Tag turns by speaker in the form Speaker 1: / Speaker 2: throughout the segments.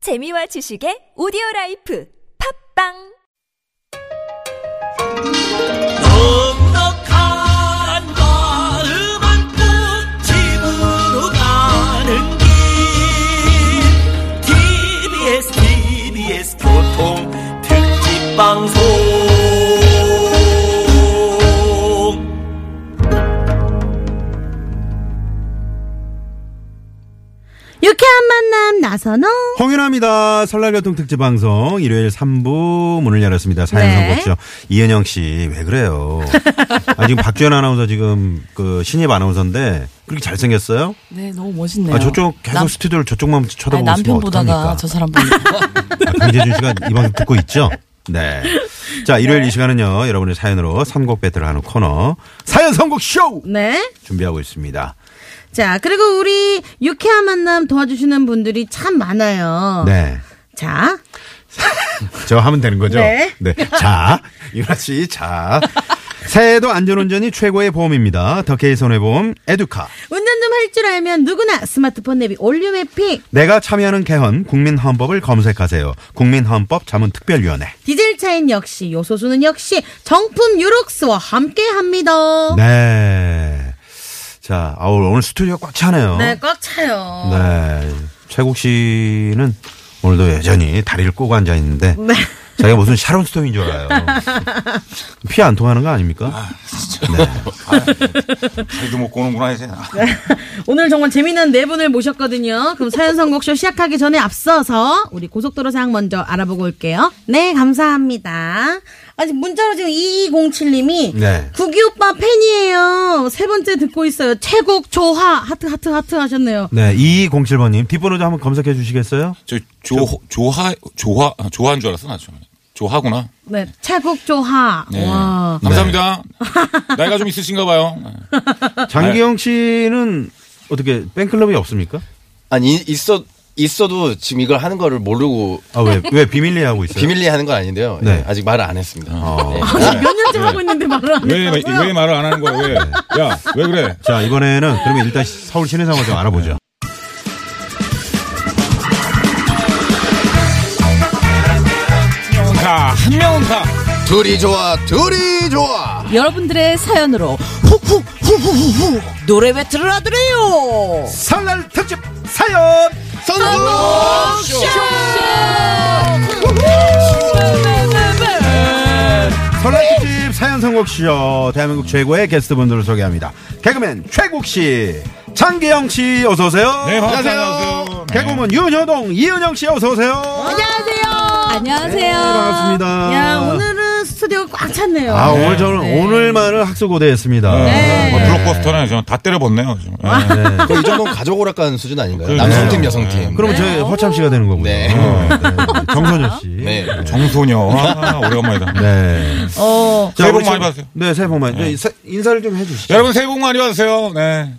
Speaker 1: 재미와 지식의 오디오 라이프 팝빵
Speaker 2: 넉넉한 마음 안고 집으로 가는 길 TBS TBS 교통 특집 방송
Speaker 3: 유쾌한 만남 나선홍.
Speaker 4: 홍윤아입니다. 설날 교통 특집 방송 일요일 3부 문을 열었습니다. 사연
Speaker 3: 네.
Speaker 4: 선곡쇼 이은영 씨 왜 그래요? 아 지금 박주현 아나운서 지금 그 신입 아나운서인데 그렇게 잘생겼어요?
Speaker 5: 네, 너무 멋있네요.
Speaker 4: 아 저쪽 계속 스튜디오를 저쪽만
Speaker 5: 아니,
Speaker 4: 쳐다보고 있으면
Speaker 5: 남편보다가
Speaker 4: 어떡합니까?
Speaker 5: 저 사람 보니까.
Speaker 4: 아, 강재준 씨가 이 방송 듣고 있죠? 네. 자 일요일 이 시간은요 여러분의 사연으로 선곡 배틀을 하는 코너 사연 선곡쇼
Speaker 3: 네.
Speaker 4: 준비하고 있습니다.
Speaker 3: 자, 그리고 우리 유쾌한 만남 도와주시는 분들이 참
Speaker 5: 어.
Speaker 3: 많아요.
Speaker 4: 네.
Speaker 3: 자,
Speaker 4: 저 하면 되는 거죠?
Speaker 3: 네.
Speaker 4: 자, 유나 씨, 자. 새해에도 안전운전이 최고의 보험입니다. 더케이 손해보험 에듀카.
Speaker 3: 운전 좀 할 줄 알면 누구나 스마트폰 내비 올류 맵핑.
Speaker 4: 내가 참여하는 개헌 국민헌법을 검색하세요. 국민헌법 자문특별위원회.
Speaker 3: 디젤 차인 역시 요소수는 역시 정품 유록스와 함께 합니다.
Speaker 4: 네. 자, 아우 오늘 스튜디오 꽉 차네요.
Speaker 3: 네, 꽉 차요.
Speaker 4: 네. 최국 씨는 오늘도 여전히 다리를 꼬고 앉아 있는데
Speaker 3: 네.
Speaker 4: 자기가 무슨 샤론 스톰인 줄 알아요. 피 안 통하는 거 아닙니까? 네.
Speaker 6: 자리도 못 꼬는구나 뭐 이제.
Speaker 3: 오늘 정말 재미난 네 분을 모셨거든요. 그럼 사연 선곡쇼 시작하기 전에 앞서서 우리 고속도로 상황 먼저 알아보고 올게요. 네, 감사합니다. 아직 문자로 지금 2207님이
Speaker 4: 네.
Speaker 3: 구기 오빠 팬이에요. 세 번째 듣고 있어요. 최국 조화 하트 하트 하트 하셨네요.
Speaker 4: 네, 2207번님 뒷번호 좀 한번 검색해 주시겠어요?
Speaker 6: 저 조, 조하 조하 아, 조하인 줄 알았어 나 처음에. 조하구나.
Speaker 3: 네, 최국 조화.
Speaker 6: 네.
Speaker 3: 와.
Speaker 6: 감사합니다. 나이가 좀 있으신가 봐요. 네.
Speaker 4: 장기영 씨는 어떻게 팬클럽이 없습니까?
Speaker 7: 아니 이- 있어 있어도 지금 이걸 하는 거를 모르고
Speaker 4: 아, 왜, 왜 비밀리에 하고 있어요?
Speaker 7: 비밀리에 하는 건 아닌데요.
Speaker 4: 네. 아.
Speaker 7: 예, 아직 말을 안 했습니다. 네.
Speaker 3: 몇 년째 하고 있는데 말을 안
Speaker 8: 왜,
Speaker 3: 했다고요?
Speaker 8: 왜 말을 안 하는 거야, 왜? 야, 왜 그래?
Speaker 4: 자, 이번에는 그러면 일단 서울 시내 상황 좀 알아보죠.
Speaker 8: 가, 한 명은 가.
Speaker 7: 둘이 좋아, 둘이 좋아.
Speaker 5: 여러분들의 사연으로 후후후후후후 노래 배틀을 하드래요.
Speaker 4: 설날 특집 사연!
Speaker 7: 선곡
Speaker 4: 설날 특집 사연 선곡쇼 대한민국 최고의 게스트분들을 소개합니다. 개그맨 최국 씨, 장기영 씨 어서 오세요.
Speaker 8: 네, 반갑습니다.
Speaker 4: 안녕하세요.
Speaker 8: 안녕하세요.
Speaker 4: 개그맨 윤효동, 이은영 씨 어서 오세요. 네,
Speaker 5: 안녕하세요.
Speaker 4: 반갑습니다.
Speaker 3: 야, 아, 오늘은 스튜디오 꽉 찼네요.
Speaker 4: 아, 오늘 저는 오늘만을 학수고대했습니다.
Speaker 6: 네.
Speaker 8: 뭐 블록버스터네. 저는 다 때려봤네요, 지금. 예.
Speaker 7: 이 정도는 가족 오락관 수준 아닌가요?
Speaker 8: 그러네요.
Speaker 7: 남성팀, 여성팀.
Speaker 4: 그러면 저희 허참 씨가 되는 거고요. 어,
Speaker 7: 네.
Speaker 4: 정선여 씨.
Speaker 7: 네.
Speaker 8: 정소녀. 아, 오래간만이다.
Speaker 4: 네.
Speaker 3: 어.
Speaker 4: 자,
Speaker 8: 새해 복
Speaker 4: 우리
Speaker 8: 많이
Speaker 4: 저-
Speaker 8: 받으세요.
Speaker 4: 네, 새해 복 많이. 네, 사- 인사를 좀 해주시죠.
Speaker 8: 여러분, 새해 복 많이 받으세요. 네.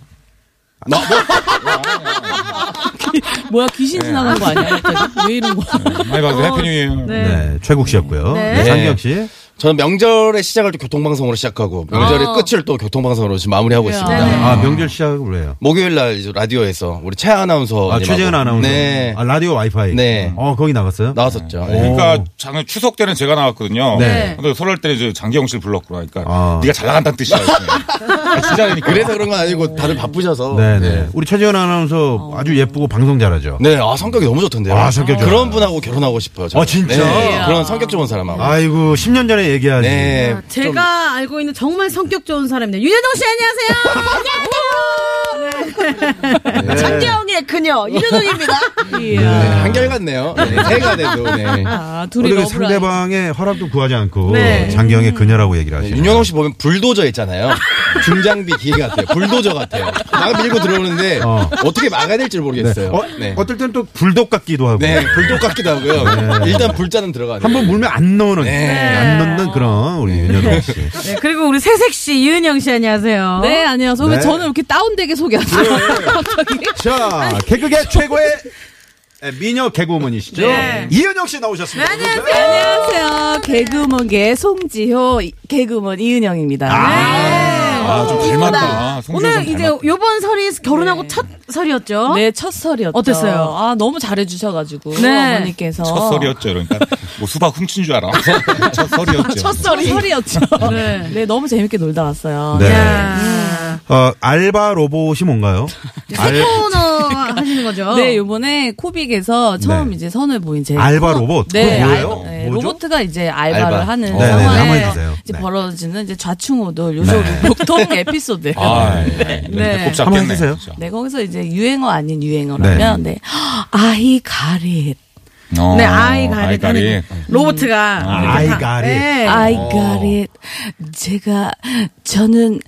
Speaker 5: 뭐야 귀신
Speaker 4: 네.
Speaker 5: 지나간 거 아니야? 갑자기? 왜 이런
Speaker 4: 어?
Speaker 5: 거야?
Speaker 8: 네, 많이 받으세요. 해피 뉴 이어.
Speaker 3: 네.
Speaker 4: 네, 최국 씨였고요.
Speaker 3: 네.
Speaker 4: 네, 장기혁 씨.
Speaker 7: 저는 명절의 시작을 또 교통방송으로 시작하고 명절의 끝을 또 교통방송으로 지금 마무리하고
Speaker 3: 네.
Speaker 7: 있습니다.
Speaker 4: 아, 명절 시작을 해요.
Speaker 7: 목요일 날 이제 라디오에서 우리 최 아나운서
Speaker 4: 아, 최재은 아나운서.
Speaker 7: 네.
Speaker 4: 아, 라디오 와이파이.
Speaker 7: 네.
Speaker 4: 어, 거기 나갔어요?
Speaker 7: 나왔었죠. 네.
Speaker 8: 그러니까 작년 추석 때는 제가 나왔거든요.
Speaker 4: 어. 네.
Speaker 8: 근데 설날 때는 이제 장기영 씨를 불렀구나. 그러니까
Speaker 4: 아.
Speaker 8: 네가 잘 나간다는 뜻이야. 아, 진짜니까.
Speaker 7: 그래서 그런 건 아니고 다들 바쁘셔서.
Speaker 4: 네, 네. 우리 최재현 아나운서
Speaker 5: 어.
Speaker 4: 아주 예쁘고 방송 잘하죠.
Speaker 7: 네, 아 성격이 너무 좋던데요.
Speaker 4: 아, 성격 좋아요.
Speaker 7: 그런 분하고 결혼하고 싶어요. 저는.
Speaker 4: 아, 진짜?
Speaker 7: 네, 그런 성격 좋은 사람하고.
Speaker 4: 아이고, 10년 전에 얘기하지.
Speaker 7: 네, 좀
Speaker 3: 제가 알고 있는 정말 성격 좋은 사람입니다. 유재동 씨 안녕하세요. 네. 장재영의 그녀 유재동입니다.
Speaker 7: 네, 한결 같네요. 네, 새가 돼도. 네.
Speaker 5: 아, 둘이
Speaker 4: 어떻게
Speaker 5: 러브라인.
Speaker 4: 상대방의 허락도 구하지 않고
Speaker 3: 네.
Speaker 4: 장기영의 그녀라고 얘기를
Speaker 7: 네,
Speaker 4: 하시네요.
Speaker 7: 윤여동 씨 보면 불도저 있잖아요. 중장비 기계 같아요. 불도저 같아요. 막 밀고 들어오는데
Speaker 4: 어.
Speaker 7: 어. 떻게 막아야 될지 모르겠어요.
Speaker 4: 어,
Speaker 7: 네.
Speaker 4: 어떨 땐 또 불독 같기도 하고.
Speaker 7: 네, 불독 같기도 하고요. 일단 불자는 들어가요.
Speaker 4: 네. 한 번 물면 안 넣는
Speaker 7: 네.
Speaker 4: 안 넣는 그런 우리 윤여동 씨.
Speaker 3: 네, 그리고 우리 세색 씨 이은영 씨 안녕하세요.
Speaker 5: 네, 안녕하세요. 왜
Speaker 4: 네.
Speaker 5: 저는 이렇게 다운되게 소개하세요? 갑자기?
Speaker 4: 자, 개그계 최고의 에, 미녀 개그우먼이시죠?
Speaker 3: 네.
Speaker 4: 이은영 씨 나오셨습니다. 안녕하세요. 아?
Speaker 5: 안녕하세요. 개그우먼계 송지효 개그우먼 이은영입니다. 네.
Speaker 8: 아, 좀 닮았다. 성준이
Speaker 3: 오늘
Speaker 8: 좀
Speaker 3: 이제
Speaker 8: 닮았다.
Speaker 3: 요번 설이 결혼하고 첫 설이었죠?
Speaker 5: 네, 첫 설이었죠.
Speaker 3: 어땠어요?
Speaker 5: 아, 너무 잘해주셔가지고.
Speaker 3: 네.
Speaker 5: 어머니께서.
Speaker 8: 첫 설이었죠. 그러니까 뭐 수박 훔친 줄 알아. 첫 설이었죠.
Speaker 5: 첫 설이. 설이었죠.
Speaker 3: 네.
Speaker 5: 네. 너무 재밌게 놀다 왔어요.
Speaker 4: 네.
Speaker 3: 야.
Speaker 4: 어, 알바 로봇이 뭔가요?
Speaker 3: 새 코너 하시는 거죠?
Speaker 5: 네, 요번에 코빅에서 처음
Speaker 4: 네.
Speaker 5: 이제 선을 보인 제
Speaker 4: 알바 로봇?
Speaker 5: 네,
Speaker 4: 그거 뭐예요?
Speaker 5: 알- 네,
Speaker 4: 뭐죠?
Speaker 5: 로봇가 이제 알바를
Speaker 7: 알바.
Speaker 5: 하는
Speaker 4: 네, 네, 네, 한번
Speaker 5: 상황에
Speaker 4: 해주세요.
Speaker 5: 이제
Speaker 4: 네.
Speaker 5: 벌어지는 이제 좌충우돌 요소 보통 에피소드.
Speaker 8: 아, 네.
Speaker 5: 네.
Speaker 8: 네. 꼭
Speaker 4: 한번
Speaker 8: 잡겠네.
Speaker 4: 해주세요.
Speaker 8: 진짜.
Speaker 5: 네, 거기서 이제 유행어 아닌 유행어라면 네. 아이 가릿.
Speaker 8: 어,
Speaker 3: 네, 아이 가리.
Speaker 8: 아이 가리.
Speaker 3: 로봇가.
Speaker 4: 아이 가리.
Speaker 3: 네.
Speaker 5: 아이
Speaker 4: 어.
Speaker 5: 가릿. 제가 저는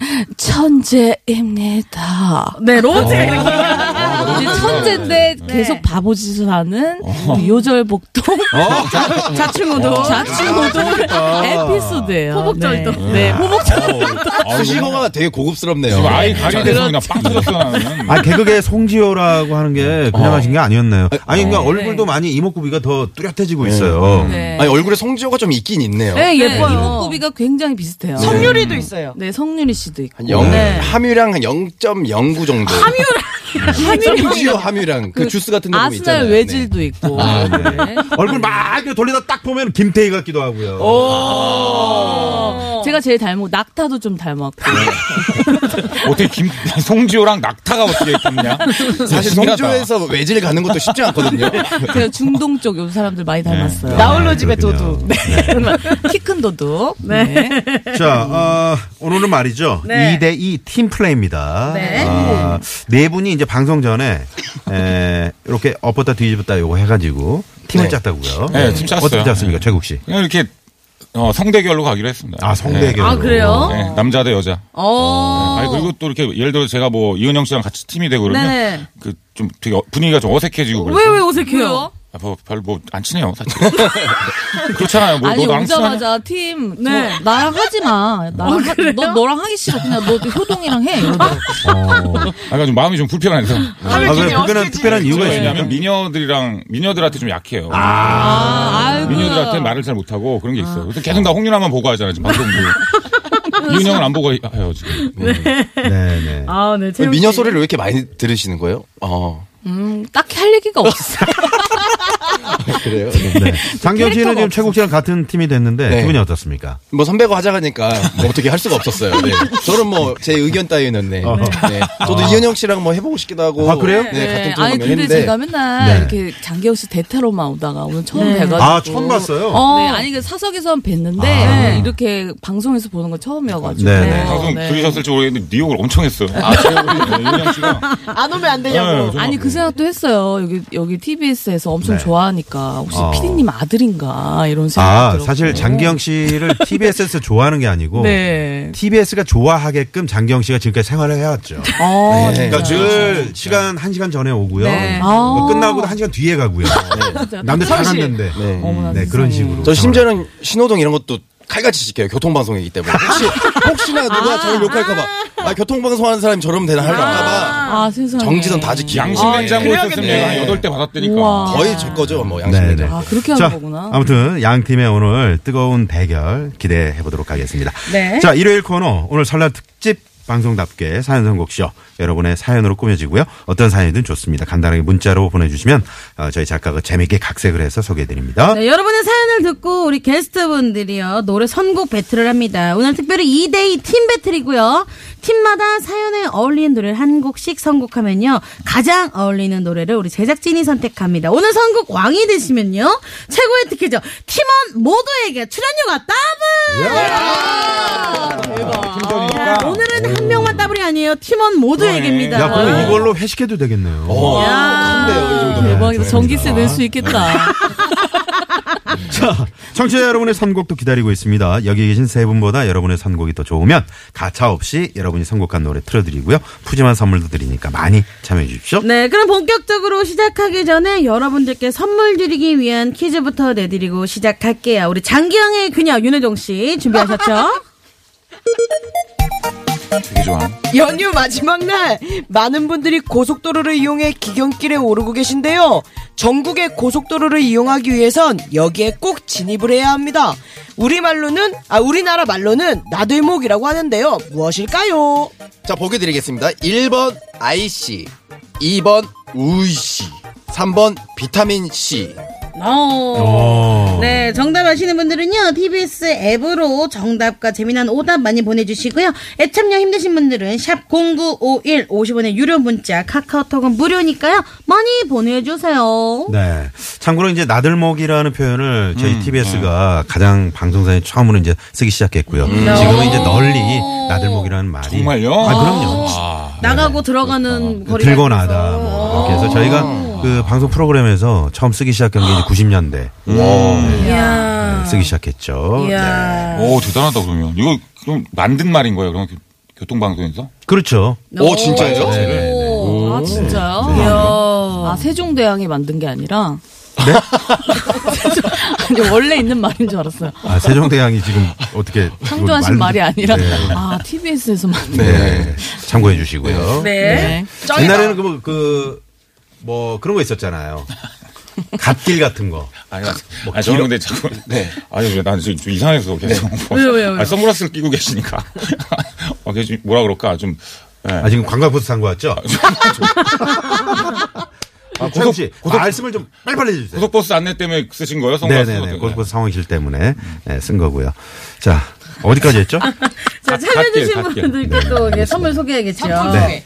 Speaker 5: 천재입니다.
Speaker 3: 네, 로봇가 이렇게.
Speaker 5: 이제 아, 천재인데 계속 바보 짓을 하는 요절 복동 어,
Speaker 3: 자충우도.
Speaker 5: 자충우돌 에피소드예요.
Speaker 3: 호복절도.
Speaker 5: 네. 네.
Speaker 8: 아우,
Speaker 7: 수식어가 되게 고급스럽네요.
Speaker 8: 어, 지금 아이 가리 돼서 그냥 빵 터졌어 나는.
Speaker 4: 아, 개그계 송지효라고 하는 게 그냥 하신 게 아니었나요? 아니, 그러니까 얼굴도 많이 이목구비가 더 뚜렷해지고 있어요.
Speaker 5: 네.
Speaker 7: 아니 얼굴에 성지효가 좀 있긴 있네요.
Speaker 5: 네, 예뻐요. 이목구비가 굉장히 비슷해요.
Speaker 3: 성유리도
Speaker 6: 음.
Speaker 3: 있어요.
Speaker 5: 네, 성윤희 씨도 있고.
Speaker 7: 한 영, 함유량 한 0.09 정도. 함유량. 성지효 함유량. 그, 주스 같은 데 보면 있잖아요.
Speaker 5: 아스날 외질도 있고. 네.
Speaker 4: 얼굴 막 이렇게 돌리다 딱 보면 김태희 같기도 하고요.
Speaker 5: 제가 제일 닮고 낙타도 좀 닮았고.
Speaker 8: 어떻게 김 송지호랑 낙타가 어떻게 있겠냐?
Speaker 7: 네. 사실 성지효에서 외질 가는 것도 쉽지 않거든요.
Speaker 5: 제가 중동 쪽 요 사람들 많이 닮았어요.
Speaker 4: 나홀로 집에 도둑.
Speaker 5: 키 큰 도둑. 네.
Speaker 4: 자, 어, 오늘은 말이죠.
Speaker 3: 네.
Speaker 4: 2대2 팀플레이입니다.
Speaker 3: 네.
Speaker 4: 아, 네 분이 이제 방송 전에, 에, 이렇게 엎었다 뒤집었다 요거 해가지고 팀을
Speaker 7: 네.
Speaker 4: 짰다고요.
Speaker 8: 네, 팀 짰어요.
Speaker 4: 어떻게 짰습니까,
Speaker 8: 네.
Speaker 4: 최국 씨?
Speaker 8: 그냥 이렇게 어, 성대결로 가기로 했습니다.
Speaker 4: 아, 성대결.
Speaker 3: 아, 그래요?
Speaker 8: 네. 네, 남자 대 여자. 어, 네. 아니 그리고 또 이렇게 예를 들어 제가 뭐 이은영 씨랑 같이 팀이 되고
Speaker 6: 어.
Speaker 3: 네네.
Speaker 8: 그러면 그 좀 되게 어- 분위기가 좀 어색해지고 그래서
Speaker 3: 왜, 왜 어색해요?
Speaker 8: 아, 뭐, 별뭐 안 친해요 사실. 그렇잖아요. 뭐
Speaker 5: 아니
Speaker 8: 너도 안 친하냐?
Speaker 5: 오자마자 팀
Speaker 3: 네.
Speaker 5: 저, 나랑 하지 마. 나랑 하, 너 너랑 하기 싫어. 그냥 너 효동이랑 해. 이러더라고.
Speaker 8: 아까 좀 마음이 좀 불편해서.
Speaker 4: 아, 왜 특별한, 특별한 이유가 있습니까?
Speaker 8: 왜냐하면 미녀들이랑 미녀들한테 좀 약해요.
Speaker 5: 아, 아이고.
Speaker 8: 미녀들한테 말을 잘 못하고 그런 게 있어요. 그래서 계속 나 홍윤아만 보고 하잖아요. 지금 방송도. 이은영은 안 보고 해요 지금.
Speaker 4: 네, 네.
Speaker 3: 아, 네. 재밌-
Speaker 7: 미녀 소리를 왜 이렇게 많이 들으시는 거예요? 어.
Speaker 5: 음, 딱히 할 얘기가 없어.
Speaker 7: 그래요?
Speaker 4: 네. 장경 씨는 지금
Speaker 5: 없어서.
Speaker 4: 최국 씨랑 같은 팀이 됐는데
Speaker 7: 네.
Speaker 4: 기분이 어떻습니까?
Speaker 7: 뭐 선배가 하자가니까 뭐 어떻게 할 수가 없었어요. 네. 저는 뭐 제 의견 따위는 네. 네. 저도 이현영 씨랑 뭐 해보고 싶기도 하고.
Speaker 4: 아, 그래요?
Speaker 7: 네, 같은 팀
Speaker 5: 아니
Speaker 7: 하면
Speaker 5: 근데
Speaker 7: 했는데.
Speaker 5: 제가 맨날
Speaker 4: 네.
Speaker 5: 이렇게 장기혁 씨 대타로만 오다가 오늘 처음
Speaker 3: 그렇죠.
Speaker 5: 뵈가지고
Speaker 4: 아, 처음 봤어요?
Speaker 5: 어. 네, 아니 그 사석에선 뵀는데 네, 이렇게 방송에서 보는 건 처음이어가지고
Speaker 4: 네, 네.
Speaker 6: 아,
Speaker 8: 방송
Speaker 5: 네.
Speaker 8: 들으셨을지 모르겠는데 뉴욕을 엄청 했어요. 아, 이은영 씨가.
Speaker 9: 안 오면 안 되냐고.
Speaker 8: 네, 정말.
Speaker 5: 아니 그 생각도 했어요. 여기 여기 TBS에서 엄청
Speaker 4: 네.
Speaker 5: 좋아하니까 혹시
Speaker 4: 어.
Speaker 5: 피디님 아들인가 이런 생각.
Speaker 4: 아, 사실 장기영 씨를 TBS에서 좋아하는 게 아니고
Speaker 5: 네.
Speaker 4: TBS가 좋아하게끔 장기영 씨가 지금까지 생활을 해왔죠.
Speaker 7: 네.
Speaker 5: 어,
Speaker 4: 그러니까 늘 시간 한 시간 전에 오고요.
Speaker 5: 네.
Speaker 4: 뭐
Speaker 5: 아.
Speaker 4: 끝나고도 한 시간 뒤에 가고요. 네. 남들 다 갔는데
Speaker 7: 네.
Speaker 4: 음, 네, 그런 식으로.
Speaker 7: 저 심지어는 신호등 이런 것도 칼같이 지켜요. 교통방송이기 때문에. 혹시, 혹시나 누가 저를 욕할까봐. 아, 교통방송 하는 사람이 저러면 되나 할까봐.
Speaker 5: 아 세상에.
Speaker 7: 정지선 다 지키고.
Speaker 8: 양심 냉장고 있었으면
Speaker 7: 아, 그래야겠네.
Speaker 8: 얘가 한 여덟 대 받았다니까.
Speaker 5: 우와.
Speaker 7: 거의 제 거죠, 뭐, 양심
Speaker 4: 네네.
Speaker 7: 냉장고.
Speaker 5: 아, 그렇게 하는 거구나.
Speaker 4: 아무튼 양 팀의 오늘 뜨거운 대결 기대해 보도록 하겠습니다.
Speaker 3: 네.
Speaker 4: 자, 일요일 코너 오늘 설날 특집 방송답게 사연 선곡쇼 여러분의 사연으로 꾸며지고요. 어떤 사연이든 좋습니다. 간단하게 문자로 보내주시면 어, 저희 작가가 재밌게 각색을 해서 소개해드립니다.
Speaker 3: 네, 여러분의 사연을 듣고 우리 게스트분들이요 노래 선곡 배틀을 합니다. 오늘 특별히 2대2 팀 배틀이고요. 팀마다 사연에 어울리는 노래를 한 곡씩 선곡하면요 가장 어울리는 노래를 우리 제작진이 선택합니다. 오늘 선곡 왕이 되시면요 최고의 특혜죠 팀원 모두에게 출연료가
Speaker 4: 예!
Speaker 8: 아,
Speaker 3: 더블. 야, 아, 오늘은 한 명만 더블이 아니에요 팀원 모두에게입니다.
Speaker 4: 야, 그럼 이걸로 회식해도 되겠네요.
Speaker 7: 어,
Speaker 5: 아.
Speaker 3: 야.
Speaker 7: 큰데요, 이 정도.
Speaker 5: 대박이다. 전기세 낼 수 있겠다.
Speaker 4: 자, 청취자 여러분의 선곡도 기다리고 있습니다. 여기 계신 세 분보다 여러분의 선곡이 더 좋으면 가차 없이 여러분이 선곡한 노래 틀어드리고요. 푸짐한 선물도 드리니까 많이 참여해 주십시오.
Speaker 3: 네, 그럼 본격적으로 시작하기 전에 여러분들께 선물 드리기 위한 퀴즈부터 내드리고 시작할게요. 우리 장기영의 그녀 윤혜정 씨 준비하셨죠?
Speaker 6: 되게 좋아.
Speaker 10: 연휴 마지막 날 많은 분들이 고속도로를 이용해 기경길에 오르고 계신데요. 전국의 고속도로를 이용하기 위해선 여기에 꼭 진입을 해야 합니다. 우리말로는 아 우리나라 말로는 나들목이라고 하는데요. 무엇일까요?
Speaker 7: 자, 보기 드리겠습니다. 1번 IC, 2번 우이씨, 3번 비타민C.
Speaker 3: 어. 네, 정답 아시는 분들은요, TBS 앱으로 정답과 재미난 오답 많이 보내주시고요. 애참여 힘드신 분들은 샵0951 50원의 유료 문자, 카카오톡은 무료니까요. 많이 보내주세요.
Speaker 4: 네. 참고로 이제 나들목이라는 표현을 저희
Speaker 6: 음,
Speaker 4: TBS가
Speaker 6: 네.
Speaker 4: 가장 방송사에 처음으로 이제 쓰기 시작했고요.
Speaker 3: 음.
Speaker 4: 지금은 이제 널리 나들목이라는 말이
Speaker 6: 정말요?
Speaker 4: 아, 그럼요.
Speaker 6: 아,
Speaker 3: 나가고 들어가는 거리가
Speaker 4: 네, 들고
Speaker 3: 있어서.
Speaker 4: 나다 뭐 이렇게 해서 저희가 그 방송 프로그램에서 처음 쓰기 시작한
Speaker 6: 아.
Speaker 4: 게 이제 90년대
Speaker 3: 이야.
Speaker 4: 쓰기 시작했죠. 네.
Speaker 3: 이야.
Speaker 6: 오 대단하다 그러면 이거 그럼 만든 말인 거예요? 그럼 교- 교통방송에서?
Speaker 4: 그렇죠.
Speaker 7: 오, 진짜예요? 네.
Speaker 4: 네.
Speaker 5: 아 진짜요? 이야. 아 세종대왕이 만든 게 아니라. 세종- 아니 원래 있는 말인 줄 알았어요.
Speaker 4: 아, 세종대왕이 지금 어떻게
Speaker 5: 창조하신
Speaker 4: 그
Speaker 5: 말이 아니라
Speaker 4: 네.
Speaker 5: 아 TBS에서 만든.
Speaker 4: 네. 참고해 주시고요.
Speaker 5: 네.
Speaker 4: 옛날에는 그 뭐 그, 뭐 그런 거 있었잖아요. 갓길 같은 거.
Speaker 6: 아니,
Speaker 3: 뭐
Speaker 6: 아니 저는 근데 자꾸 네. 아니 왜난 지금 좀 이상해서 계속
Speaker 3: 네. 왜요, 왜요, 왜요?
Speaker 6: 아, 선글라스를 끼고 계시니까 아, 그게 좀 뭐라 그럴까 좀 예.
Speaker 4: 아 지금 관광 포스 산거 같죠? 아, 최욱 씨, 말씀을 좀 빨리빨리 해주세요.
Speaker 6: 고속버스 안내 때문에 쓰신 거예요? 선글라스
Speaker 4: 네네네. 고속버스 상황실 때문에 네, 쓴 거고요. 자, 어디까지 했죠?
Speaker 3: 자,
Speaker 6: 갓-
Speaker 3: 참여해주신
Speaker 6: 갓길, 네. 갓길.
Speaker 3: 분들께 또 이제 선물 소개해야겠죠. 네.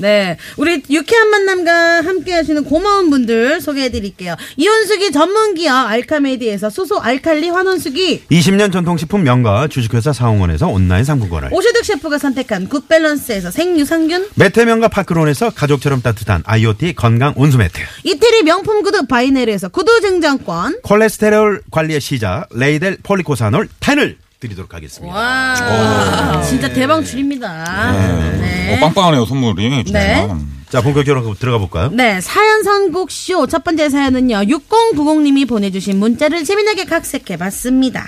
Speaker 3: 네. 우리 유쾌한 만남과 함께 하시는 고마운 분들 소개해드릴게요. 이온수기 전문기업 알카메디에서 소소 알칼리 환원수기.
Speaker 4: 20년 전통 식품 명가 주식회사 사홍원에서 온라인 상품권을
Speaker 3: 오시득 셰프가 선택한 굿밸런스에서 생유산균.
Speaker 4: 매태명가 파크론에서 가족처럼 따뜻한 IoT 건강 온수 매트
Speaker 3: 이태리 명품 구두 바이네르에서 구두 증정권.
Speaker 4: 콜레스테롤 관리의 시작 레이델 폴리코사놀 10을 드리도록 하겠습니다.
Speaker 3: 와. 진짜 대박 줄입니다.
Speaker 6: 어,
Speaker 3: 네.
Speaker 6: 빵빵하네요 선물이 정말.
Speaker 3: 네.
Speaker 4: 자, 본격적으로 들어가 볼까요?
Speaker 3: 네, 사연 선곡쇼 첫 번째 사연은요. 6090님이 보내주신 문자를 재미나게 각색해봤습니다.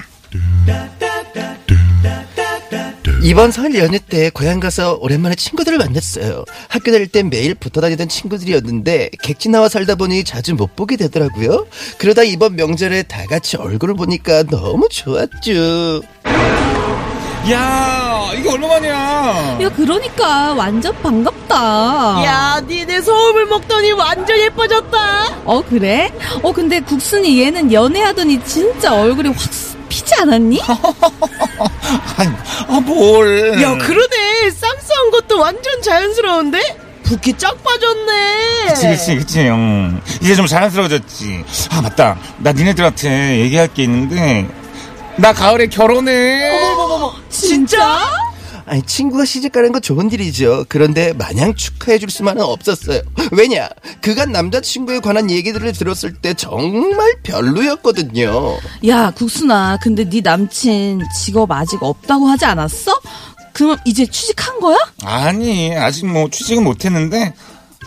Speaker 7: 2번 설 연휴 때 고향 가서 오랜만에 친구들을 만났어요. 학교 다닐 땐 매일 붙어 다니던 친구들이었는데 객지 나와 살다 보니 자주 못 보게 되더라고요. 그러다 이번 명절에 다 같이 얼굴을 보니까 너무 좋았죠.
Speaker 4: 네.
Speaker 6: 야 이게 얼마만이야?
Speaker 5: 야 그러니까 완전 반갑다.
Speaker 10: 야, 니네 소음을 먹더니 완전 예뻐졌다.
Speaker 5: 어 그래? 어 근데 국순이 얘는 연애하더니 진짜 얼굴이 확 피지 않았니?
Speaker 6: 아 뭘?
Speaker 10: 야, 그러네. 쌈싸운 것도 완전 자연스러운데? 붓기 쫙 빠졌네.
Speaker 6: 그치 그치 그치 형 이제 좀 자연스러워졌지. 아 맞다 나 니네들한테 얘기할 게 있는데 나 가을에 결혼해.
Speaker 5: 진짜?
Speaker 7: 아니 친구가 시집 가는 건 좋은 일이죠. 그런데 마냥 축하해 줄 수만은 없었어요. 왜냐? 그간 남자친구에 관한 얘기들을 들었을 때 정말 별로였거든요.
Speaker 5: 야 국순아 근데 네 남친 직업 아직 없다고 하지 않았어? 그럼 이제 취직한 거야?
Speaker 6: 아니 아직 뭐 취직은 못했는데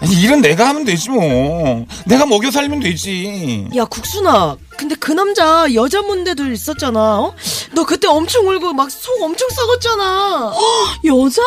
Speaker 6: 아니, 일은 내가 하면 되지 뭐 내가 먹여 살면 되지
Speaker 10: 야 국순아 근데 그 남자 여자 문제도 있었잖아 어? 너 그때 엄청 울고 막 속 엄청 썩었잖아
Speaker 5: 어, 여자?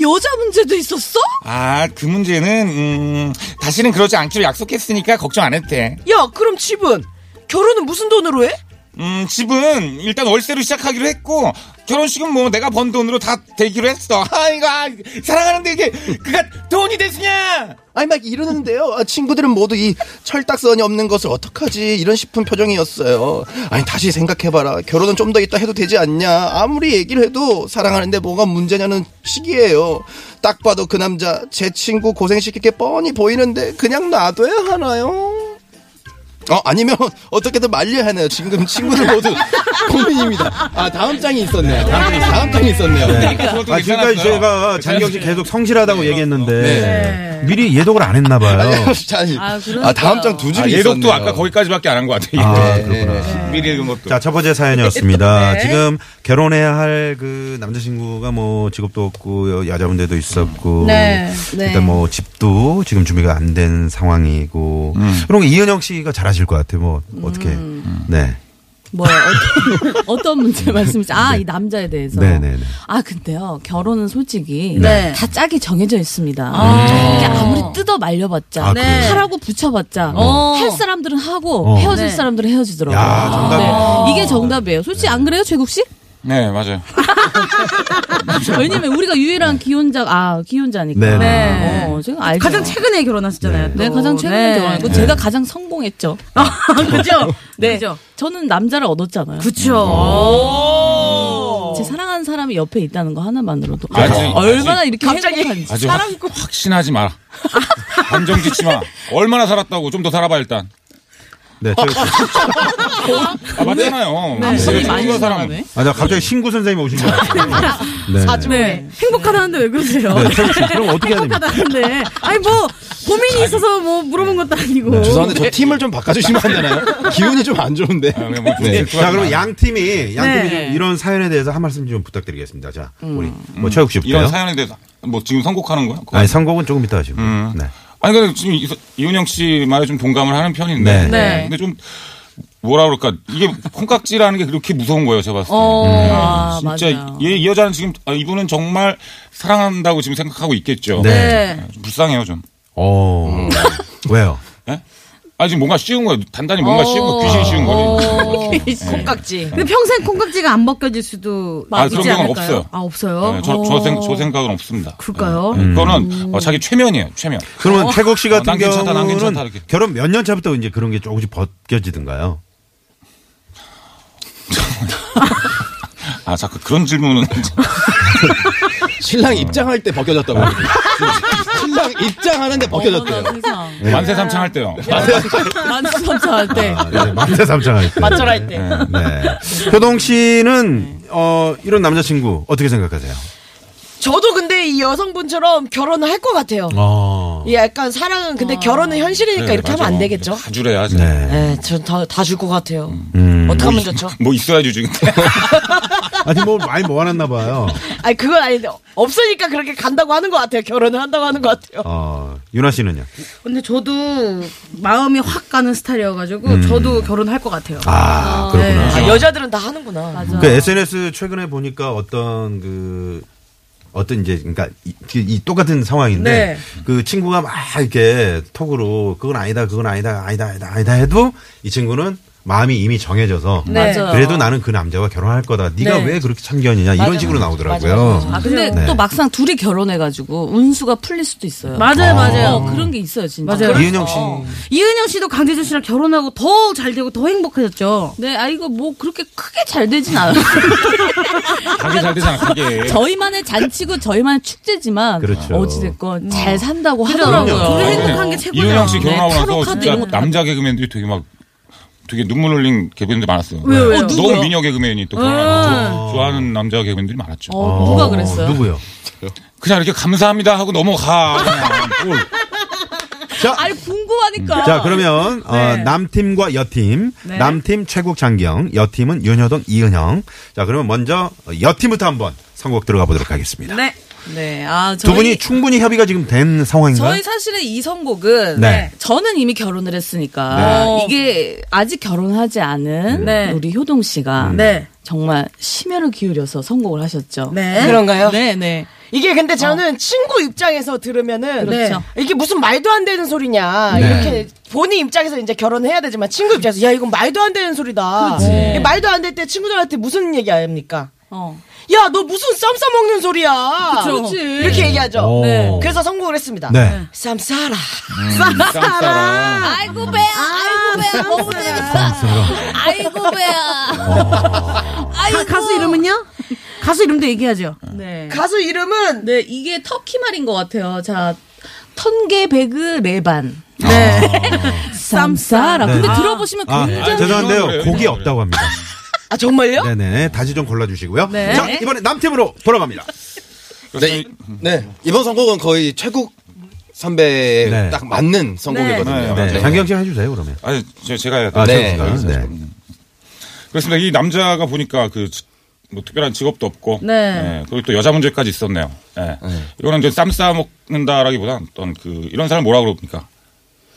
Speaker 5: 여자 문제도 있었어?
Speaker 6: 아 그 문제는 음, 다시는 그러지 않기로 약속했으니까 걱정 안 해도 돼음
Speaker 10: 야 그럼 집은 결혼은 무슨 돈으로 해?
Speaker 6: 음, 집은 일단 월세로 시작하기로 했고 결혼식은 뭐 내가 번 돈으로 다 되기로 했어 아이고 아, 사랑하는데 이게 그가 돈이 됐으냐
Speaker 7: 아니 막 이러는데요. 아, 친구들은 모두 이 철딱선이 없는 것을 어떡하지 이런 싶은 표정이었어요. 아니 다시 생각해봐라. 결혼은 좀 더 있다 해도 되지 않냐. 아무리 얘기를 해도 사랑하는데 뭐가 문제냐는 시기예요. 딱 봐도 그 남자 제 친구 고생시킬 게 뻔히 보이는데 그냥 놔둬야 하나요? 어 아니면 어떻게든 말려야 하나요? 지금 친구들 모두 고민입니다. 아 다음 장이 있었네요. 다음 장이, 다음 장이 있었네요.
Speaker 6: 그것도
Speaker 4: 아, 지금까지
Speaker 6: 괜찮았어요. 네.
Speaker 4: 제가 장경 씨 계속 성실하다고 얘기했는데 미리 예독을 안 했나 봐요.
Speaker 7: 아니,
Speaker 5: 아, 그러니까요.
Speaker 7: 아 다음 장 두
Speaker 6: 아,
Speaker 7: 줄이 있었네요. 네.
Speaker 6: 예독도 아까 거기까지밖에 안 한 것 같아 네.
Speaker 4: 아, 그렇구나.
Speaker 6: 미리 읽은 것도
Speaker 4: 자, 첫 번째 사연이었습니다.
Speaker 3: 네.
Speaker 4: 지금 결혼해야 할 그 남자친구가 뭐 직업도 없고 여- 여자분들도 있었고.
Speaker 3: 네, 네.
Speaker 4: 일단 뭐 집도 지금 준비가 안
Speaker 6: 음.
Speaker 3: 음.
Speaker 4: 된 상황이고. 그런 거 이은영 씨가 잘하실 것 같아요. 뭐 어떻게. 네.
Speaker 5: 뭐 어떤, 어떤 문제 말씀이지? 아, 이 남자에 대해서.
Speaker 4: 네, 네, 네.
Speaker 5: 아, 근데요. 결혼은 솔직히
Speaker 3: 네.
Speaker 5: 다 짝이 정해져 있습니다.
Speaker 3: 아.
Speaker 5: 이게 아무리 뜯어 말려봤자
Speaker 4: 아, 그래요?
Speaker 5: 하라고 붙여봤자
Speaker 3: 어.
Speaker 5: 할 사람들은 하고
Speaker 4: 어.
Speaker 5: 헤어질
Speaker 3: 네.
Speaker 5: 사람들은 헤어지더라고요.
Speaker 4: 야, 정답이네.
Speaker 5: 네. 이게 정답이에요. 솔직히 안 그래요, 최국 씨?
Speaker 6: 네, 맞아요.
Speaker 5: 왜냐면 우리가 유일한 기혼자, 아, 기혼자니까.
Speaker 4: 네, 네.
Speaker 3: 네.
Speaker 5: 어, 제가 알죠.
Speaker 3: 가장 최근에 결혼하셨잖아요.
Speaker 4: 네.
Speaker 3: 또.
Speaker 5: 네, 가장 최근에
Speaker 3: 네. 아,
Speaker 5: 결혼했고 제가 가장 성공했죠.
Speaker 3: 그죠?
Speaker 5: 네.
Speaker 3: 그죠? 그
Speaker 5: 저는 남자를 얻었잖아요.
Speaker 3: 그쵸.
Speaker 5: 제 사랑하는 사람이 옆에 있다는 거 하나만으로도
Speaker 6: 아주,
Speaker 5: 얼마나 이렇게 행복한지.
Speaker 6: 아주 확, 확신하지 마라. 감정 짓지 마. 얼마나 살았다고 좀 더 살아봐 일단.
Speaker 4: 네.
Speaker 6: 어,
Speaker 4: 최욱 씨.
Speaker 6: 아, 맞잖아요.
Speaker 5: 감성이
Speaker 6: 네,
Speaker 5: 많이
Speaker 6: 죽은 사람.
Speaker 5: 나네.
Speaker 4: 아, 나 갑자기 신구 선생님이 오신 거 같아요. 네.
Speaker 3: 네. 행복하다는데 왜 그러세요?
Speaker 4: 네, 최욱 씨, 그럼 어떻게 해야 됩니까?
Speaker 9: 네.
Speaker 3: 행복하다는데. 아니, 뭐, 고민이 있어서 뭐 물어본 것도 아니고.
Speaker 7: 죄송한데 저 팀을 좀 바꿔주시면 안 되나요? 기운이 좀 안 좋은데.
Speaker 6: 아, 그냥 뭐
Speaker 7: 네.
Speaker 4: 자, 그럼 양 팀이, 양 팀이
Speaker 3: 네.
Speaker 4: 좀 이런 사연에 대해서 한 말씀 좀 부탁드리겠습니다. 자, 우리, 뭐, 최욱 씨부터요.
Speaker 6: 이런 사연에 대해서 뭐 지금 선곡하는 거야? 그거?
Speaker 4: 아니, 선곡은 조금 이따 하시면.
Speaker 6: 음.
Speaker 4: 네.
Speaker 6: 아니 근데 지금 이- 이은영 씨 말에 좀 동감을 하는
Speaker 4: 네.
Speaker 6: 편인데
Speaker 3: 네.
Speaker 6: 근데 좀 뭐라 그럴까 이게 콩깍지라는 게 그렇게 무서운 거예요 제가 봤을 때
Speaker 5: 어, 아,
Speaker 6: 진짜
Speaker 5: 맞아요.
Speaker 6: 얘, 이 여자는 지금 아, 이분은 정말 사랑한다고 지금 생각하고 있겠죠
Speaker 3: 네.
Speaker 6: 좀 불쌍해요 좀
Speaker 4: 어.
Speaker 6: 음.
Speaker 4: 왜요?
Speaker 6: 예? 아 지금 뭔가 씌운 거예요 단단히
Speaker 5: 어.
Speaker 6: 뭔가 씌운 거 귀신 씌운 거예요
Speaker 5: 네.
Speaker 9: 콩깍지.
Speaker 3: 근데 평생 콩깍지가 안 벗겨질 수도
Speaker 6: 아,
Speaker 3: 있지
Speaker 6: 그런 경우는
Speaker 3: 않을까요?
Speaker 6: 없어요.
Speaker 3: 아 없어요.
Speaker 6: 예, 저, 저, 생, 저 생각은 없습니다
Speaker 3: 그럴까요?
Speaker 6: 예, 그거는 어, 자기 최면이에요 최면
Speaker 4: 그러면 태국 씨 같은
Speaker 6: 어. 난 괜찮다, 난
Speaker 4: 경우는
Speaker 6: 괜찮다, 이렇게.
Speaker 4: 결혼 몇 년 차부터 이제 그런 게 조금씩 벗겨지던가요?
Speaker 6: 아 자꾸 그런 질문은
Speaker 7: 신랑 입장할 때 벗겨졌다고. 그러거든요. 신랑 입장하는데 벗겨졌대요.
Speaker 5: 세상.
Speaker 6: 만세 삼창 할 때요
Speaker 5: 만수삼차할 때.
Speaker 4: 아, 네, 만세 삼창할 때.
Speaker 9: 맞절할 때.
Speaker 4: 네. 효동 씨는 어, 이런 남자친구 어떻게 생각하세요?
Speaker 9: 저도 근데 이 여성분처럼 결혼할 것 같아요.
Speaker 4: 어.
Speaker 9: 이 약간 사랑은 근데
Speaker 5: 아.
Speaker 9: 결혼은 현실이니까
Speaker 6: 네,
Speaker 9: 이렇게 하면
Speaker 6: 맞아요.
Speaker 9: 안 되겠죠?
Speaker 6: 가주래야 지
Speaker 4: 네.
Speaker 9: 네, 전다줄 것 같아요.
Speaker 4: 음.
Speaker 9: 어떻게 하면 좋죠?
Speaker 6: 뭐 있어야지 지금.
Speaker 4: 아니 뭐 많이 모아놨나 봐요.
Speaker 9: 아니 그건 아닌데 없으니까 그렇게 간다고 하는 것 같아요. 결혼을 한다고 하는 것 같아요.
Speaker 4: 어, 윤아 씨는요?
Speaker 3: 근데 저도 마음이 확 가는 스타일이어가지고
Speaker 6: 음.
Speaker 3: 저도 결혼할 것 같아요.
Speaker 4: 아, 그렇구나.
Speaker 9: 아, 여자들은 다 하는구나.
Speaker 4: 그 SNS 최근에 보니까 어떤 그 어떤 이제 그러니까 이, 이 똑같은 상황인데
Speaker 3: 네.
Speaker 4: 그 친구가 막 이렇게 톡으로 그건 아니다 그건 아니다 아니다 아니다 아니다 해도 이 친구는 마음이 이미 정해져서
Speaker 3: 네.
Speaker 5: 맞아요.
Speaker 4: 그래도 나는 그 남자와 결혼할 거다. 네가
Speaker 3: 네.
Speaker 4: 왜 그렇게 참견이냐 이런 식으로 나오더라고요.
Speaker 5: 아 근데
Speaker 4: 네.
Speaker 5: 또 막상 둘이 결혼해가지고 운수가 풀릴 수도 있어요.
Speaker 3: 맞아요, 맞아요.
Speaker 5: 어, 그런 게 있어요, 진짜.
Speaker 3: 맞아요.
Speaker 4: 이은영 씨
Speaker 3: 이은영 씨도 강재준 씨랑 결혼하고 더 잘 되고 더 행복해졌죠.
Speaker 5: 네, 아 이거 뭐 그렇게 크게 잘 되진 않아요.
Speaker 6: 가게 잘 되잖아, 가게.
Speaker 5: 저희만의 잔치고 저희만의 축제지만
Speaker 4: 예. 그렇죠.
Speaker 5: 어찌됐건 잘 산다고
Speaker 3: 둘이
Speaker 5: 하더라고요.
Speaker 3: 행복한 게 최고죠.
Speaker 6: 이은영 씨 결혼하고
Speaker 5: 네, 타로
Speaker 6: 나서
Speaker 5: 카드
Speaker 6: 진짜
Speaker 5: 이런 거
Speaker 6: 남자 개그맨들이 되게 막 되게 눈물 흘린 개그맨들 많았어요.
Speaker 3: 왜요, 왜요?
Speaker 6: 너무
Speaker 5: 누구요?
Speaker 6: 미녀 개그맨이 또 결혼하고 좋아- 좋아하는 남자 개그맨들이 많았죠.
Speaker 5: 어, 누가 그랬어요?
Speaker 4: 누구요?
Speaker 6: 그냥 이렇게 감사합니다 하고 넘어가. 그냥.
Speaker 5: 아니 궁금하니까.
Speaker 4: 자 그러면 어, 남팀과 여팀
Speaker 3: 네.
Speaker 4: 남팀 최국 장경 여팀은 윤효동 이은영 자 그러면 먼저 여팀부터 한번 선곡 들어가 보도록 하겠습니다.
Speaker 3: 네.
Speaker 5: 네, 아
Speaker 4: 두
Speaker 5: 저희
Speaker 4: 분이 충분히 협의가 지금 된 상황인가요?
Speaker 5: 저희 사실은 이 선곡은
Speaker 4: 네.
Speaker 5: 저는 이미 결혼을 했으니까
Speaker 4: 네.
Speaker 5: 이게 아직 결혼하지 않은
Speaker 3: 네.
Speaker 5: 우리 효동
Speaker 4: 음.
Speaker 5: 씨가
Speaker 3: 네.
Speaker 5: 정말 심혈을 기울여서 선곡을 하셨죠.
Speaker 3: 네.
Speaker 9: 그런가요?
Speaker 5: 네, 네.
Speaker 9: 이게 근데
Speaker 6: 어.
Speaker 9: 저는 친구 입장에서 들으면은
Speaker 3: 네.
Speaker 5: 그렇죠.
Speaker 9: 이게 무슨 말도 안 되는 소리냐
Speaker 4: 네.
Speaker 9: 이렇게 본인 입장에서 이제 결혼해야 되지만 친구 입장에서 야 이건 말도 안 되는 소리다. 이게 말도 안 될 때 친구들한테 무슨 얘기 합니까?
Speaker 5: 어.
Speaker 9: 야 너 무슨 쌈 싸먹는 소리야.
Speaker 5: 그쵸. 그치.
Speaker 9: 이렇게 얘기하죠.
Speaker 4: 오. 네.
Speaker 9: 그래서 성공을 했습니다.
Speaker 4: 네.
Speaker 9: 쌈싸라.
Speaker 6: 쌈싸라.
Speaker 5: 아이고 배야, 아이고 배야, 너무 재밌다. 아이고 배야. 아이고
Speaker 3: 가수 이름은요? 가수 이름도 얘기하죠.
Speaker 5: 네.
Speaker 9: 가수 이름은
Speaker 5: 네, 이게 터키 말인 것 같아요. 자, 턴게 베그 레반.
Speaker 3: 네.
Speaker 5: 쌈싸라.
Speaker 4: 아. 네.
Speaker 5: 근데
Speaker 4: 아.
Speaker 5: 들어보시면
Speaker 4: 아,
Speaker 5: 굉장히
Speaker 4: 죄송한데요
Speaker 6: 그래요.
Speaker 4: 곡이 없다고 합니다.
Speaker 9: 아 정말요?
Speaker 4: 네네 다시 좀 골라주시고요.
Speaker 3: 네.
Speaker 4: 자 이번에 남팀으로 돌아갑니다.
Speaker 7: 네, 네. 이번 선곡은 거의 최국 선배에
Speaker 4: 네.
Speaker 7: 딱 맞는 선곡이거든요.
Speaker 6: 네,
Speaker 4: 네. 장경 씨 해주세요 그러면.
Speaker 6: 아니, 저- 제가 해야
Speaker 4: 아,
Speaker 6: 돼요.
Speaker 7: 네.
Speaker 4: 최국 씨가. 네.
Speaker 6: 그렇습니다. 이 남자가 보니까 그, 지- 뭐 특별한 직업도 없고.
Speaker 3: 네.
Speaker 6: 예, 그리고 또 여자 문제까지 있었네요. 예. 이거는 이제 쌈 싸먹는다라기보단 어떤 그, 이런 사람 뭐라 그럽니까?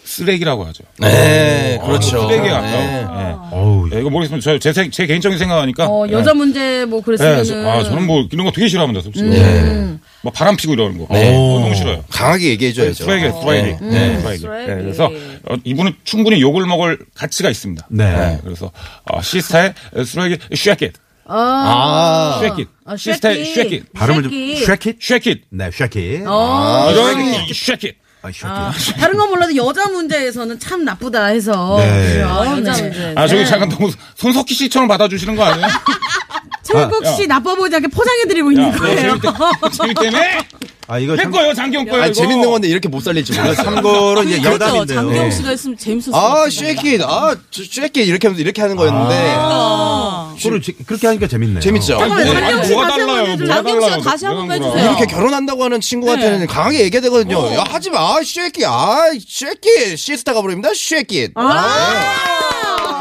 Speaker 6: 쓰레기라고 하죠.
Speaker 7: 네,
Speaker 6: 아,
Speaker 7: 그렇죠.
Speaker 6: 쓰레기에
Speaker 7: 네.
Speaker 6: 가까워.
Speaker 4: 어우,
Speaker 6: 예. 예, 이거 모르겠으면 저, 제, 생- 제 개인적인 생각하니까.
Speaker 3: 어,
Speaker 6: 예.
Speaker 3: 여자 문제 뭐
Speaker 6: 예,
Speaker 3: 그랬으면은.
Speaker 6: 저- 아, 저는 뭐 이런 거 되게 싫어합니다, 솔직히. 막 바람 피고 이러는 거.
Speaker 7: 네.
Speaker 6: 어, 너무 싫어요. 네,
Speaker 7: 강하게 얘기해줘야죠.
Speaker 6: 쓰레기, 쓰레기.
Speaker 7: 네.
Speaker 6: 쓰레기.
Speaker 3: 쓰레기.
Speaker 6: 예, 그래서 어, 이분은 충분히 욕을 먹을 가치가 있습니다.
Speaker 4: 네.
Speaker 6: 예, 그래서 어, 시스타의 쓰레기, 쉐킷.
Speaker 7: 아,
Speaker 6: 쉐킷.
Speaker 3: 아,
Speaker 6: 시스타의
Speaker 3: 쉐킷.
Speaker 6: 쉐킷.
Speaker 4: 발음을 좀
Speaker 3: 쉐킷.
Speaker 4: 쉐킷?
Speaker 6: 쉐킷.
Speaker 4: 네, 쉐킷.
Speaker 3: 어,
Speaker 6: 이런 쉐킷.
Speaker 4: 아, 쉐킷.
Speaker 3: 다른 건 몰라도 여자 문제에서는 참 나쁘다 해서.
Speaker 4: 네.
Speaker 3: 아, 여자 문제.
Speaker 6: 아, 저기 잠깐 너무 손석희 씨처럼 받아주시는 거 아니에요?
Speaker 3: 최국
Speaker 6: 야.
Speaker 3: 씨 나빠보지 않게 포장해드리고 있는
Speaker 6: 야,
Speaker 3: 거예요.
Speaker 6: 너 재밌, 때문에?
Speaker 4: 아, 이거 참,
Speaker 6: 했고요, 장기영 거요.
Speaker 7: 아,
Speaker 6: 이거.
Speaker 7: 재밌는 건데 이렇게 못 살릴지 몰랐어요.
Speaker 4: 참고로 이제 여담인데요.
Speaker 5: 그 그렇죠.
Speaker 4: 네.
Speaker 5: 장경 씨가 했으면 재밌었을 것
Speaker 7: 아,
Speaker 5: 같아요.
Speaker 7: 쉐킷. 아, 쉐킷. 이렇게 하면서 이렇게 하는 거였는데.
Speaker 4: 그거를 제- 그렇게 하니까 재밌네요.
Speaker 7: 재밌죠?
Speaker 6: 아니, 뭐, 아니,
Speaker 3: 장경 씨
Speaker 6: 뭐가
Speaker 3: 다시 한번
Speaker 6: 달라요?
Speaker 3: 해주세요.
Speaker 6: 뭐가
Speaker 5: 장경 씨가
Speaker 6: 달라요?
Speaker 5: 다시 한번
Speaker 6: 뭐가
Speaker 5: 빼주세요.
Speaker 6: 달라요?
Speaker 7: 이렇게 결혼한다고 하는 친구한테는 강하게 얘기되거든요. 야, 하지 마. 쉐킷. 아, 쉐킷. 시스타가 부릅니다. 쉐킷. 아.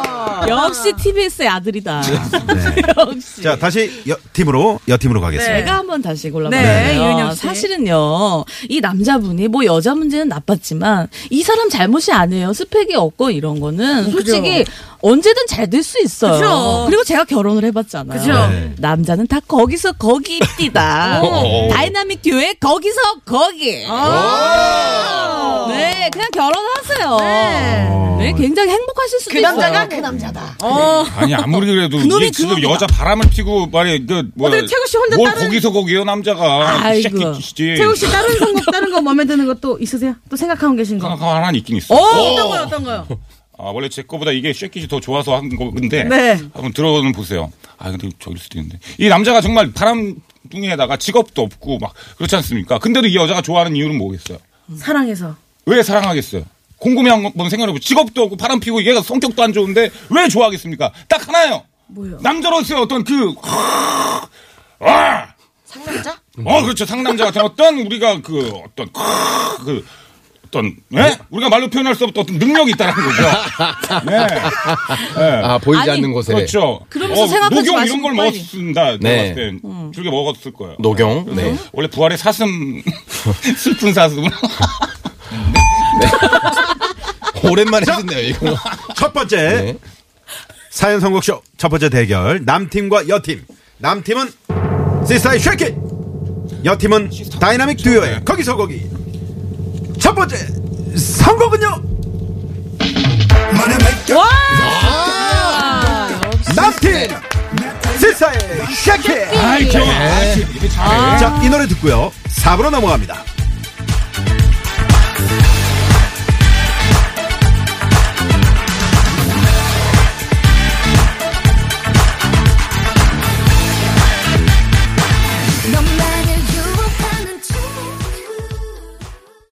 Speaker 5: 역시 TBS의 아들이다.
Speaker 4: 네.
Speaker 5: 역시.
Speaker 4: 자, 다시 여, 팀으로, 여팀으로 가겠습니다.
Speaker 5: 제가 한번 다시 골라봐요.
Speaker 3: 네, 이은영 씨.
Speaker 5: 사실은요, 이 남자분이 뭐 여자 문제는 나빴지만 이 사람 잘못이 아니에요. 스펙이 없고 이런 거는 솔직히 언제든 잘 될 수 있어요.
Speaker 3: 어, 그죠.
Speaker 5: 리고 제가 결혼을 해봤잖아요.
Speaker 3: 그죠.
Speaker 4: 네.
Speaker 5: 남자는 다 거기서 거기입니다.
Speaker 6: 어.
Speaker 5: 다이나믹 듀엣 거기서 거기. 네, 그냥 결혼하세요.
Speaker 3: 아. 네.
Speaker 5: 네, 굉장히 행복하실 수도 있어요.
Speaker 9: 그
Speaker 5: 어,
Speaker 9: 남자다.
Speaker 3: 네.
Speaker 6: 아니 아무리 그래도
Speaker 5: 그놈이
Speaker 6: 이게 지금
Speaker 5: 그놈이다.
Speaker 6: 여자 바람을 피고 말이 그 뭐야
Speaker 3: 근데 최고 씨 혼자
Speaker 6: 뭘
Speaker 3: 다른-
Speaker 6: 거기서 거기요 남자가
Speaker 5: 아이고.
Speaker 6: 쉐킷이지
Speaker 3: 최국 씨 다른 선곡 다른 거 마음에 드는 것도 있으세요? 또 생각하고 계신 거?
Speaker 6: 생각하면 하나 있긴 있어.
Speaker 3: 어, 어떤 거요? 어떤 거요?
Speaker 6: 아 원래 제 거보다 이게 쉐킷이 더 좋아서 한 건데
Speaker 3: 네.
Speaker 6: 한번 들어는 보세요. 아 근데 저길 수도 있는데 이 남자가 정말 바람둥이에다가 직업도 없고 막 그렇지 않습니까? 근데도 이 여자가 좋아하는 이유는 뭐겠어요?
Speaker 3: 사랑해서.
Speaker 6: 왜 사랑하겠어요? 궁금해 한번 생각해보고 직업도 없고 바람 피고 얘가 성격도 안 좋은데 왜 좋아하겠습니까? 딱 하나요.
Speaker 3: 뭐요?
Speaker 6: 남자로서의 어떤 그 상남자? 어 그렇죠 상남자 같은 어떤 우리가 그 어떤 그 어떤 예? 우리가 말로 표현할 수 없던 어떤 능력이 있다는 거죠. 네. 네.
Speaker 7: 아, 보이지
Speaker 5: 아니,
Speaker 7: 않는 곳에.
Speaker 6: 그렇죠.
Speaker 5: 그러면서 생각하지
Speaker 6: 녹용
Speaker 5: 마시고
Speaker 6: 이런 걸
Speaker 5: 빨리. 음.
Speaker 6: 먹었습니다.
Speaker 7: 네.
Speaker 6: 네. 봤을 땐 즐겨 먹었을 거예요.
Speaker 7: 노경.
Speaker 6: 그래서
Speaker 7: 네.
Speaker 6: 원래 부활의 사슴 슬픈 사슴.
Speaker 7: 오랜만에 했네요, 이거.
Speaker 4: 첫 번째
Speaker 6: 네.
Speaker 4: 사연 선곡쇼 첫 번째 대결 남팀과 여팀 남팀은 시스타의 쉐킷 여팀은 다이나믹 듀오의 거기서 거기 첫 번째 선곡은요 남팀 시스타의 쉐킷 네.
Speaker 6: 아이 겨. 아, 이게 잘해.
Speaker 4: 자 이 노래 듣고요 4부로 넘어갑니다